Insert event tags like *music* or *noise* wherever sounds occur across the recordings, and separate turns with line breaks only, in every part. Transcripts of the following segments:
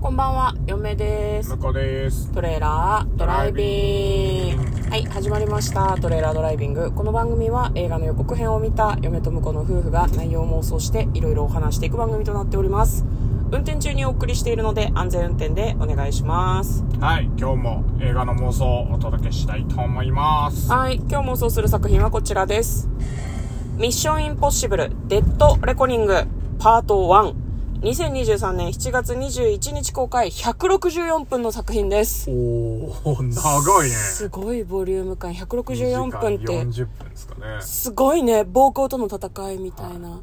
こんばんは、嫁です
向。こうです
トレーラードライビング
ドライビン
はい始まりましたトレーラードライビングこの番組は映画の予告編を見た嫁と婿の夫婦が内容を妄想していろいろお話していく番組となっております運転中にお送りしているので安全運転でお願いします
はい今日も映画の妄想をお届けしたいと思います
はい今日妄想する作品はこちらですミッションインポッシブルデッドレコニングパート1 2023年7月21日公開164分の作品です
おお長いね
すごいボリューム感164分っ
2時間
て
40分ですかね
すごいね暴行との戦いみたいな、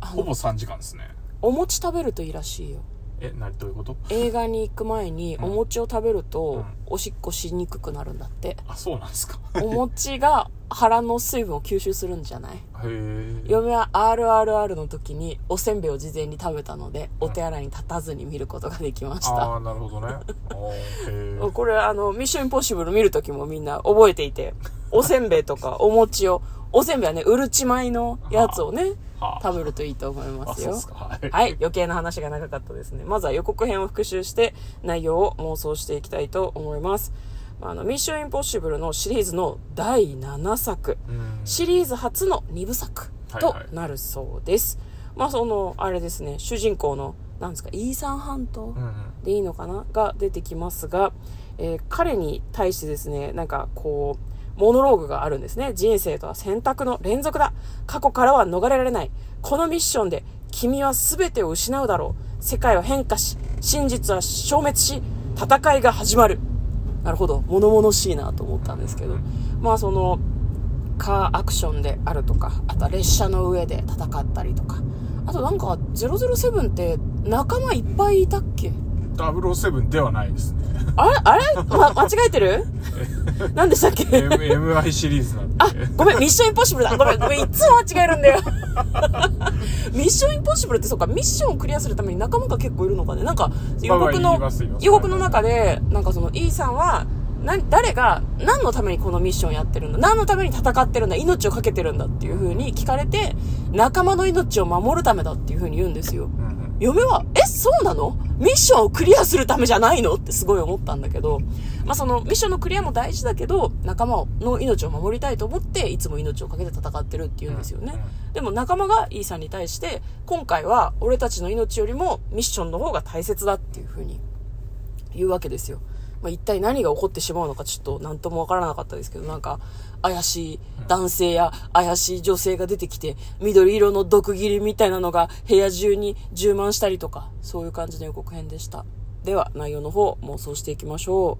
あ
ほ
の
ぼ3時間ですね
お餅食べるといいらしいよ
えなどういうこと
映画に行く前にお餅を食べると
ん
おしっこしにくくなるんだって
あそうなんですかへ
お餅が腹の水分を吸収するんじゃない
え
嫁は RRR の時におせんべいを事前に食べたのでお手洗いに立たずに見ることができました
ああなるほ *laughs* どねおーへー
これあの「ミッションインポッシブル」見る時もみんな覚えていておせんべいと
*laughs*
かお餅をおせんべいはねうるち米のやつをね
はあ
食べるといいと思いま
あ
す
そう
よ
ですかはい
はい余計な話が長かったですねまずは予告編を復習して内容を妄想していきたいと思いますまああの「ミッションインポッシブル」のシリーズの第7作
うん
シリーズ初の2部作となるそうです、まあそのあれですね主人公のなんですかイーサン半島、
うんうん
でいいのかなが出てきますが、えー彼に対してですねなんかこうモノローグがあるんですね人生とは選択の連続だ過去からは逃れられないこのミッションで君は全てを失うだろう世界は変化し真実は消滅し戦いが始まるなるほど物々しいなと思ったんですけどまあそのカーアクションであるとかあとは列車の上で戦ったりとかあとなんか007って仲間いっぱいいたっけ
007ではないです *laughs* ね
あれあれ、ま、間違えてる何でしたっけ
M- MI シリーズなんで
あ、ごめん、ミッションインポッシブルだ。ごめん、ごめん、いつも間違えるんだよ。ミッションインポッシブルってそうか、ミッションをクリアするために仲間が結構いるのかね。なんか、予告
まあまあ言
の
います言いま、す
予告の中で、なんかその E さんは、な誰が何のためにこのミッションやってるんだ何のために戦ってるんだ命を懸けてるんだっていう風に聞かれて仲間の命を守るためだっていう風に言うんですよ
うんうん
嫁は、え、そうなのミッションをクリアするためじゃないのってすごい思ったんだけど、まあそのミッションのクリアも大事だけど、仲間の命を守りたいと思って、いつも命を懸けて戦ってるって言うんですよね。でも仲間がイーさんに対して、今回は俺たちの命よりもミッションの方が大切だっていうふうに言うわけですよ。まあ、一体何が起こってしまうのかちょっと何ともわからなかったですけど、なんか怪しい男性や怪しい女性が出てきて、緑色の毒斬りみたいなのが部屋中に充満したりとか、そういう感じの予告編でした。では内容の方妄想していきましょ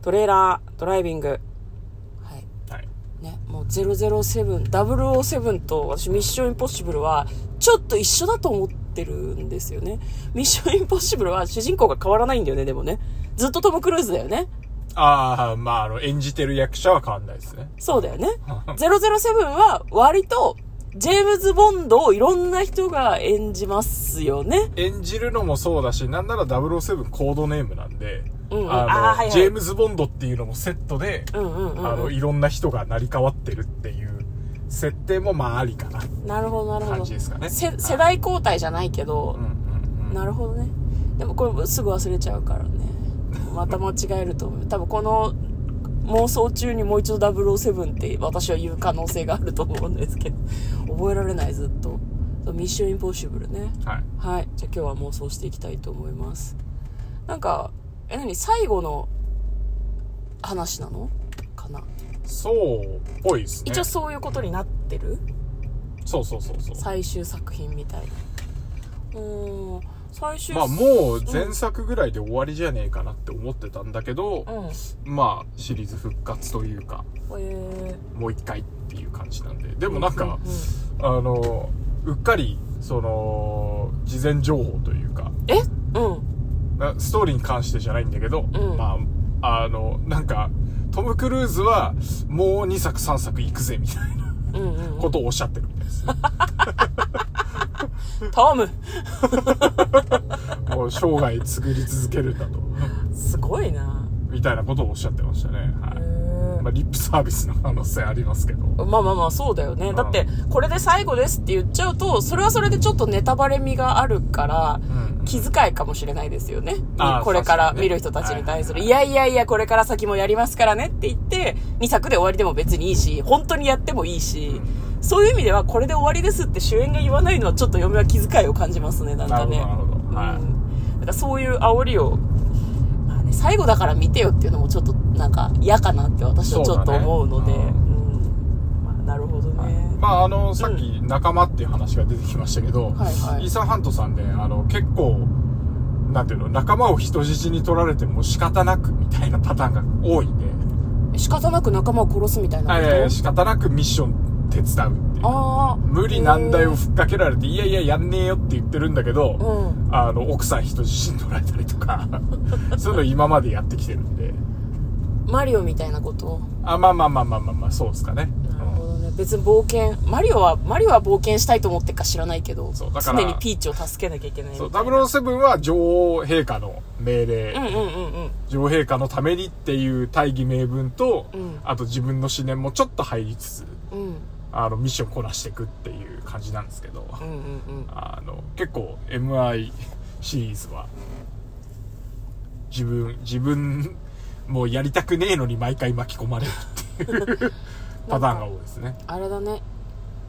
う。トレーラー、ドライビング。はい。
はい
ね、もう007、007と私ミッションインポッシブルはちょっと一緒だと思ってるんですよね。ミッションインポッシブルは主人公が変わらないんだよね、でもね。ずっとトム・クルーズだよね。
ああまああの演じてる役者は変わんないですね
そうだよ
*laughs*
ね。007は割とジェームズ・ボンドをいろんな人が演じますよね。
演じるのもそうだし、なんなら007コードネームなんで、
うんうん
あの
あーはいはい
ジェームズ・ボンドっていうのもセットで、
うんうんうん
あの、いろんな人が成り代わってるっていう設定もまあありかな。
なるほどなるほど。
感じですかね
せ世代交代じゃないけど、
うんうん
なるほどねでもこれすぐ忘れちゃうからねまた間違えると思う多分この妄想中にもう一度007って私は言う可能性があると思うんですけど覚えられないずっとそうミッションインポッシブルね
うん。はい。
はいじゃあ今日は妄想していきたいと思いますなんかえ何最後の話なのかな
そう、ぽいですね。
一応そういうことになってる
そうそうそうそう。
最終作品みたいなうーん最終
まあもう前作ぐらいで終わりじゃねえかなって思ってたんだけど、
うん
まあシリーズ復活というか、
えー
もう一回っていう感じなんで。でもなんか、
うん
あの、うっかり、その、事前情報というか、
えうん
なストーリーに関してじゃないんだけど、
うん
まあ、あの、なんか、トム・クルーズは、もう2作3作行くぜ、みたいな
うんうん
ことをおっしゃってるみた
*laughs*
いですね。
トム
もう生涯作り続けるんだと。
すごいな
みたいなことをおっしゃってましたね。はい。まあ、リップサービスの可能性ありますけど。
まあまあまあ、そうだよね。
ん
だって、これで最後ですって言っちゃうと、それはそれでちょっとネタバレ味があるから、
ん
気遣いかもしれないですよね
あー。
これから
確かに
見
ね
る人たちに対する。
はい
いやいやいや、これから先もやりますからねって言って、2作で終わりでも別にいいし、本当にやってもいいし、そういう意味では、これで終わりですって主演が言わないのは、ちょっと嫁は気遣いを感じますね、なんかね。
なるほどなるほどはい
うん、だからそういう煽りを、まあね、最後だから見てよっていうのもちょっと、なんか嫌かなって私はちょっと思うので。
そうだね
うんまあなるほどね。
まあ、あの、さっき仲間っていう話が出てきましたけど、
はいはい
イーサン・ハントさんで、あの、結構、なんていうの、仲間を人質に取られても仕方なくみたいなパターンが多いんで、
仕方なく仲間を殺すみたいなこと、
えー仕方なくミッション手伝うっていう。
ああ
無理難題をふっかけられて、いやいや、やんねえよって言ってるんだけど、
う
あの、奥さん人質に取られたりとか、 *laughs* そういうの今までやってきてるんで。
マリオみたいなこと
あ、まあまあまあまあまあまあ、そうですかね。
なる
うん
ほどね別に冒険マリオはマリオは冒険したいと思ってっか知らないけど
そうだから
常にピーチを助けなきゃいけないみた
そ、
いうな
007は女王陛下の命令、
うんうんうんうん
女王陛下のためにっていう大義名分と、
うん
あと自分の思念もちょっと入りつつ、
うん
あの、ミッションこなしていくっていう感じなんですけど、
うんうんうん
あの、結構 MI シリーズは、自分、自分、もうやりたくねえのに毎回巻き込まれる
*laughs*
っていうパターンが多いですね。
あれだね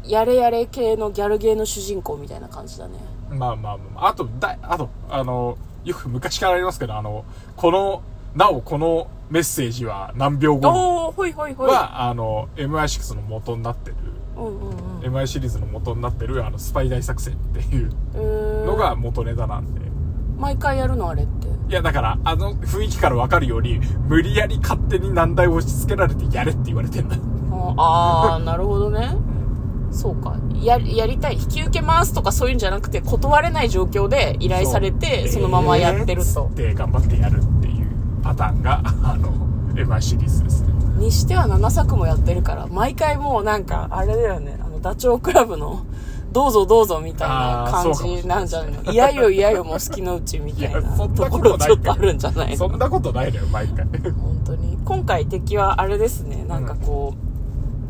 やれやれ系のギャルゲーの主人公みたいな感じだね
まあまあまあ、あと、だ、あと、あの、よく昔からありますけど、あの、この、なおこのメッセージは何秒後に
おおほいほいほい
は、あの、MI6 の元になってる、
うんうんうん
MI シリーズの元になってる、あの、スパイ大作戦っていう
えー
のが元ネタなんで。
毎回やるのあれって
いや、だから、あの雰囲気からわかるように、無理やり勝手に難題を押し付けられてやれって言われてんだ。
ああーなるほどねそうかややりたい引き受けますとかそういうんじゃなくて断れない状況で依頼されてそのままやってると、
で、頑張ってやるっていうパターンが、あの、MI シリーズですね。
にしては7作もやってるから毎回もうなんかあれだよねあのダチョウ倶楽部の「どうぞどうぞ」みたいな
あー
感
そうかもし
じ
れない
なんじゃないの「いやよいやよもう好きのうち」みたいない
やそん
と
な
こ
こ
ろ
とない
ちょっとあるんじゃない
そ
の
んなことないのよ、毎
*laughs*
回。
本当に今回敵はあれですねなんかこう、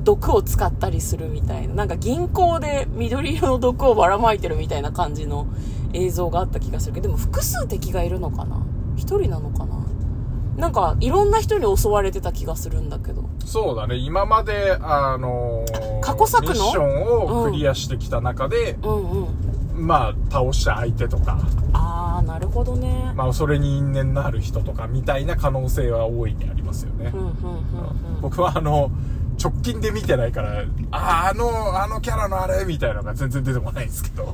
毒を使ったりするみたいななんか銀行で緑色の毒をばらまいてるみたいな感じの映像があった気がするけどでも複数敵がいるのかな一人なのかななんかいろんな人に襲われてた気がするんだけど
そうだね、今まで、あのー
過去作の
ミッションをクリアしてきた中で、
うんうん
まあ、倒した相手とか、
ああなるほどね
まあ、それに因縁のある人とか、みたいな可能性は大いにありますよね。
うんうんうんうん
僕はあの、直近で見てないから、あ、あの、あのキャラのあれみたいなのが全然出てこないんですけど、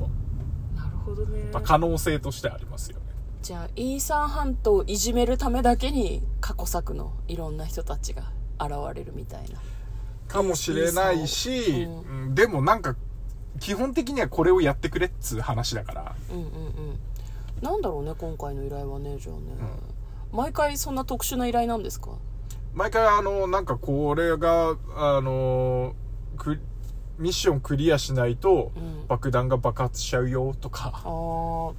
なるほどね
まあ、可能性としてありますよね。
じゃあイーサン半島をいじめるためだけに過去作のいろんな人たちが現れるみたいな
かもしれないし、
う
うんでもなんか、基本的にはこれをやってくれっつう話だから、
うんうんうんなんだろうね今回の依頼はねじゃあね、毎回そんな特殊な依頼なんですか
毎回あの、なんかこれが、あの、くミッションクリアしないと
うん
爆弾が爆発しちゃうよと
あ
か、
ー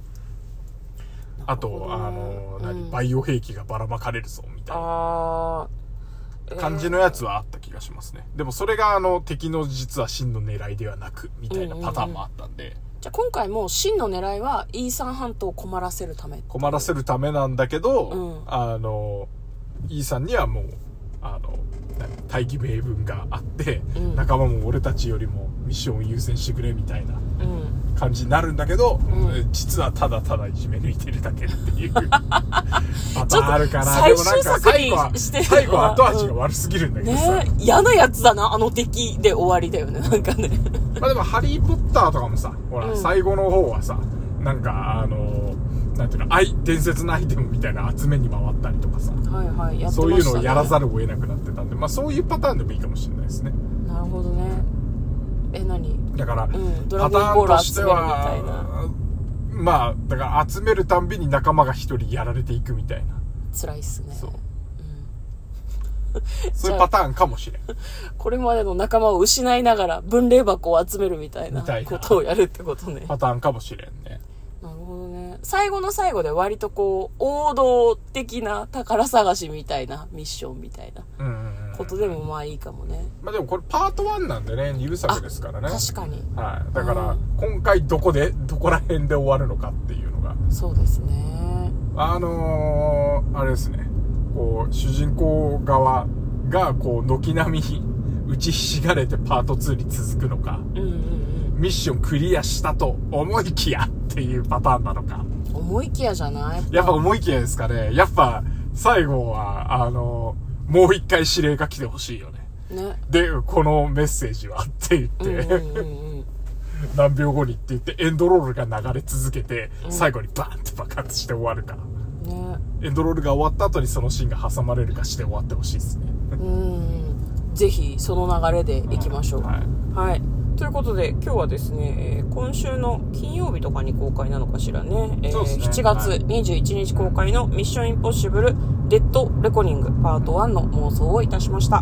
あと、あの、何、バイオ兵器がばらまかれるぞみたいな。
あー
感じのやつはあった気がしますね。でもそれがあの敵の実は真の狙いではなく、みたいなパターンもあったんで、
じゃあ今回も真の狙いはイーサン半島を困らせるため
困らせるためなんだけど、
うん
あの、イーさんにはもう、あの、何大義名分があって、
うん
仲間も俺たちよりもミッションを優先してくれみたいな
うん
感じになるんだけど、
ん
実はただただいじめ抜いてるだけっ
*laughs*
ていうパターンあるかな。
ちょっと
でもなん
最終
か最
作
後
に
は、
してる
最後は後味が悪すぎるんだけどさ。
ねえ嫌なやつだなあの敵で終わりだよねなんかね
まあでも、ハリー・ポッターとかもさ、ほら、
うん
最後の方はさ、なんか、あのーなんていうの、アイ、伝説のアイテムみたいな集めに回ったりとかさ、
*laughs* はいはいやってましたね
そういうのをやらざるを得なくなってたんで、まあそういうパターンでもいいかもしれないですね。
なるほどねえ何
だから、
んドラ
パタ
ゴンボ
ーン
ール
と
集
して
めるみたい
は、まあ、だから集めるたんびに仲間が一人やられていくみたいな、
辛いっすね
そう
うん
*laughs* そういうパターンかもしれん。
これまでの仲間を失いながら分霊箱を集めるみたいな
みたいな
ことをやるってことね。
パターンかもしれんね。
なるほどね。最後の最後で割とこう、王道的な宝探しみたいなミッションみたいな
うんうんうん。
ことでもまあいいかもね、
まあでもこれパート1なんでね、2部作ですからね。
確かに
はい。だから
う、
今回どこで、どこら辺で終わるのかっていうのが。
そうですね
あのー、あれですね。こう、主人公側が、こう、軒並み打ちひしがれてパート2に続くのか、
うんうんうん
ミッションクリアしたと思いきやっていうパターンなのか。
思いきやじゃない
やっぱ思いきやですかね。やっぱ、最後は、あのー、もう一回指令が来てほしいよ *laughs* ね。
ね
で、このメッセージはって言って、
うんうんうんうん
何秒後にって言ってエンドロールが流れ続けて、最後にバーンって爆発して終わるか
ね
エンドロールが終わった後にそのシーンが挟まれるかして終わってほしいですね
うんぜひその流れでいきましょう、
はい、
はい。ということで、今日はですね、えー今週の金曜日とかに公開なのかしらね、えー
そうですね
7月
はい
21日公開のミッションインポッシブルデッドレコニングパート1の妄想をいたしました。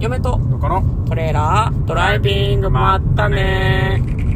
嫁と
どうかな
トレーラー、ドライビング、まったねー。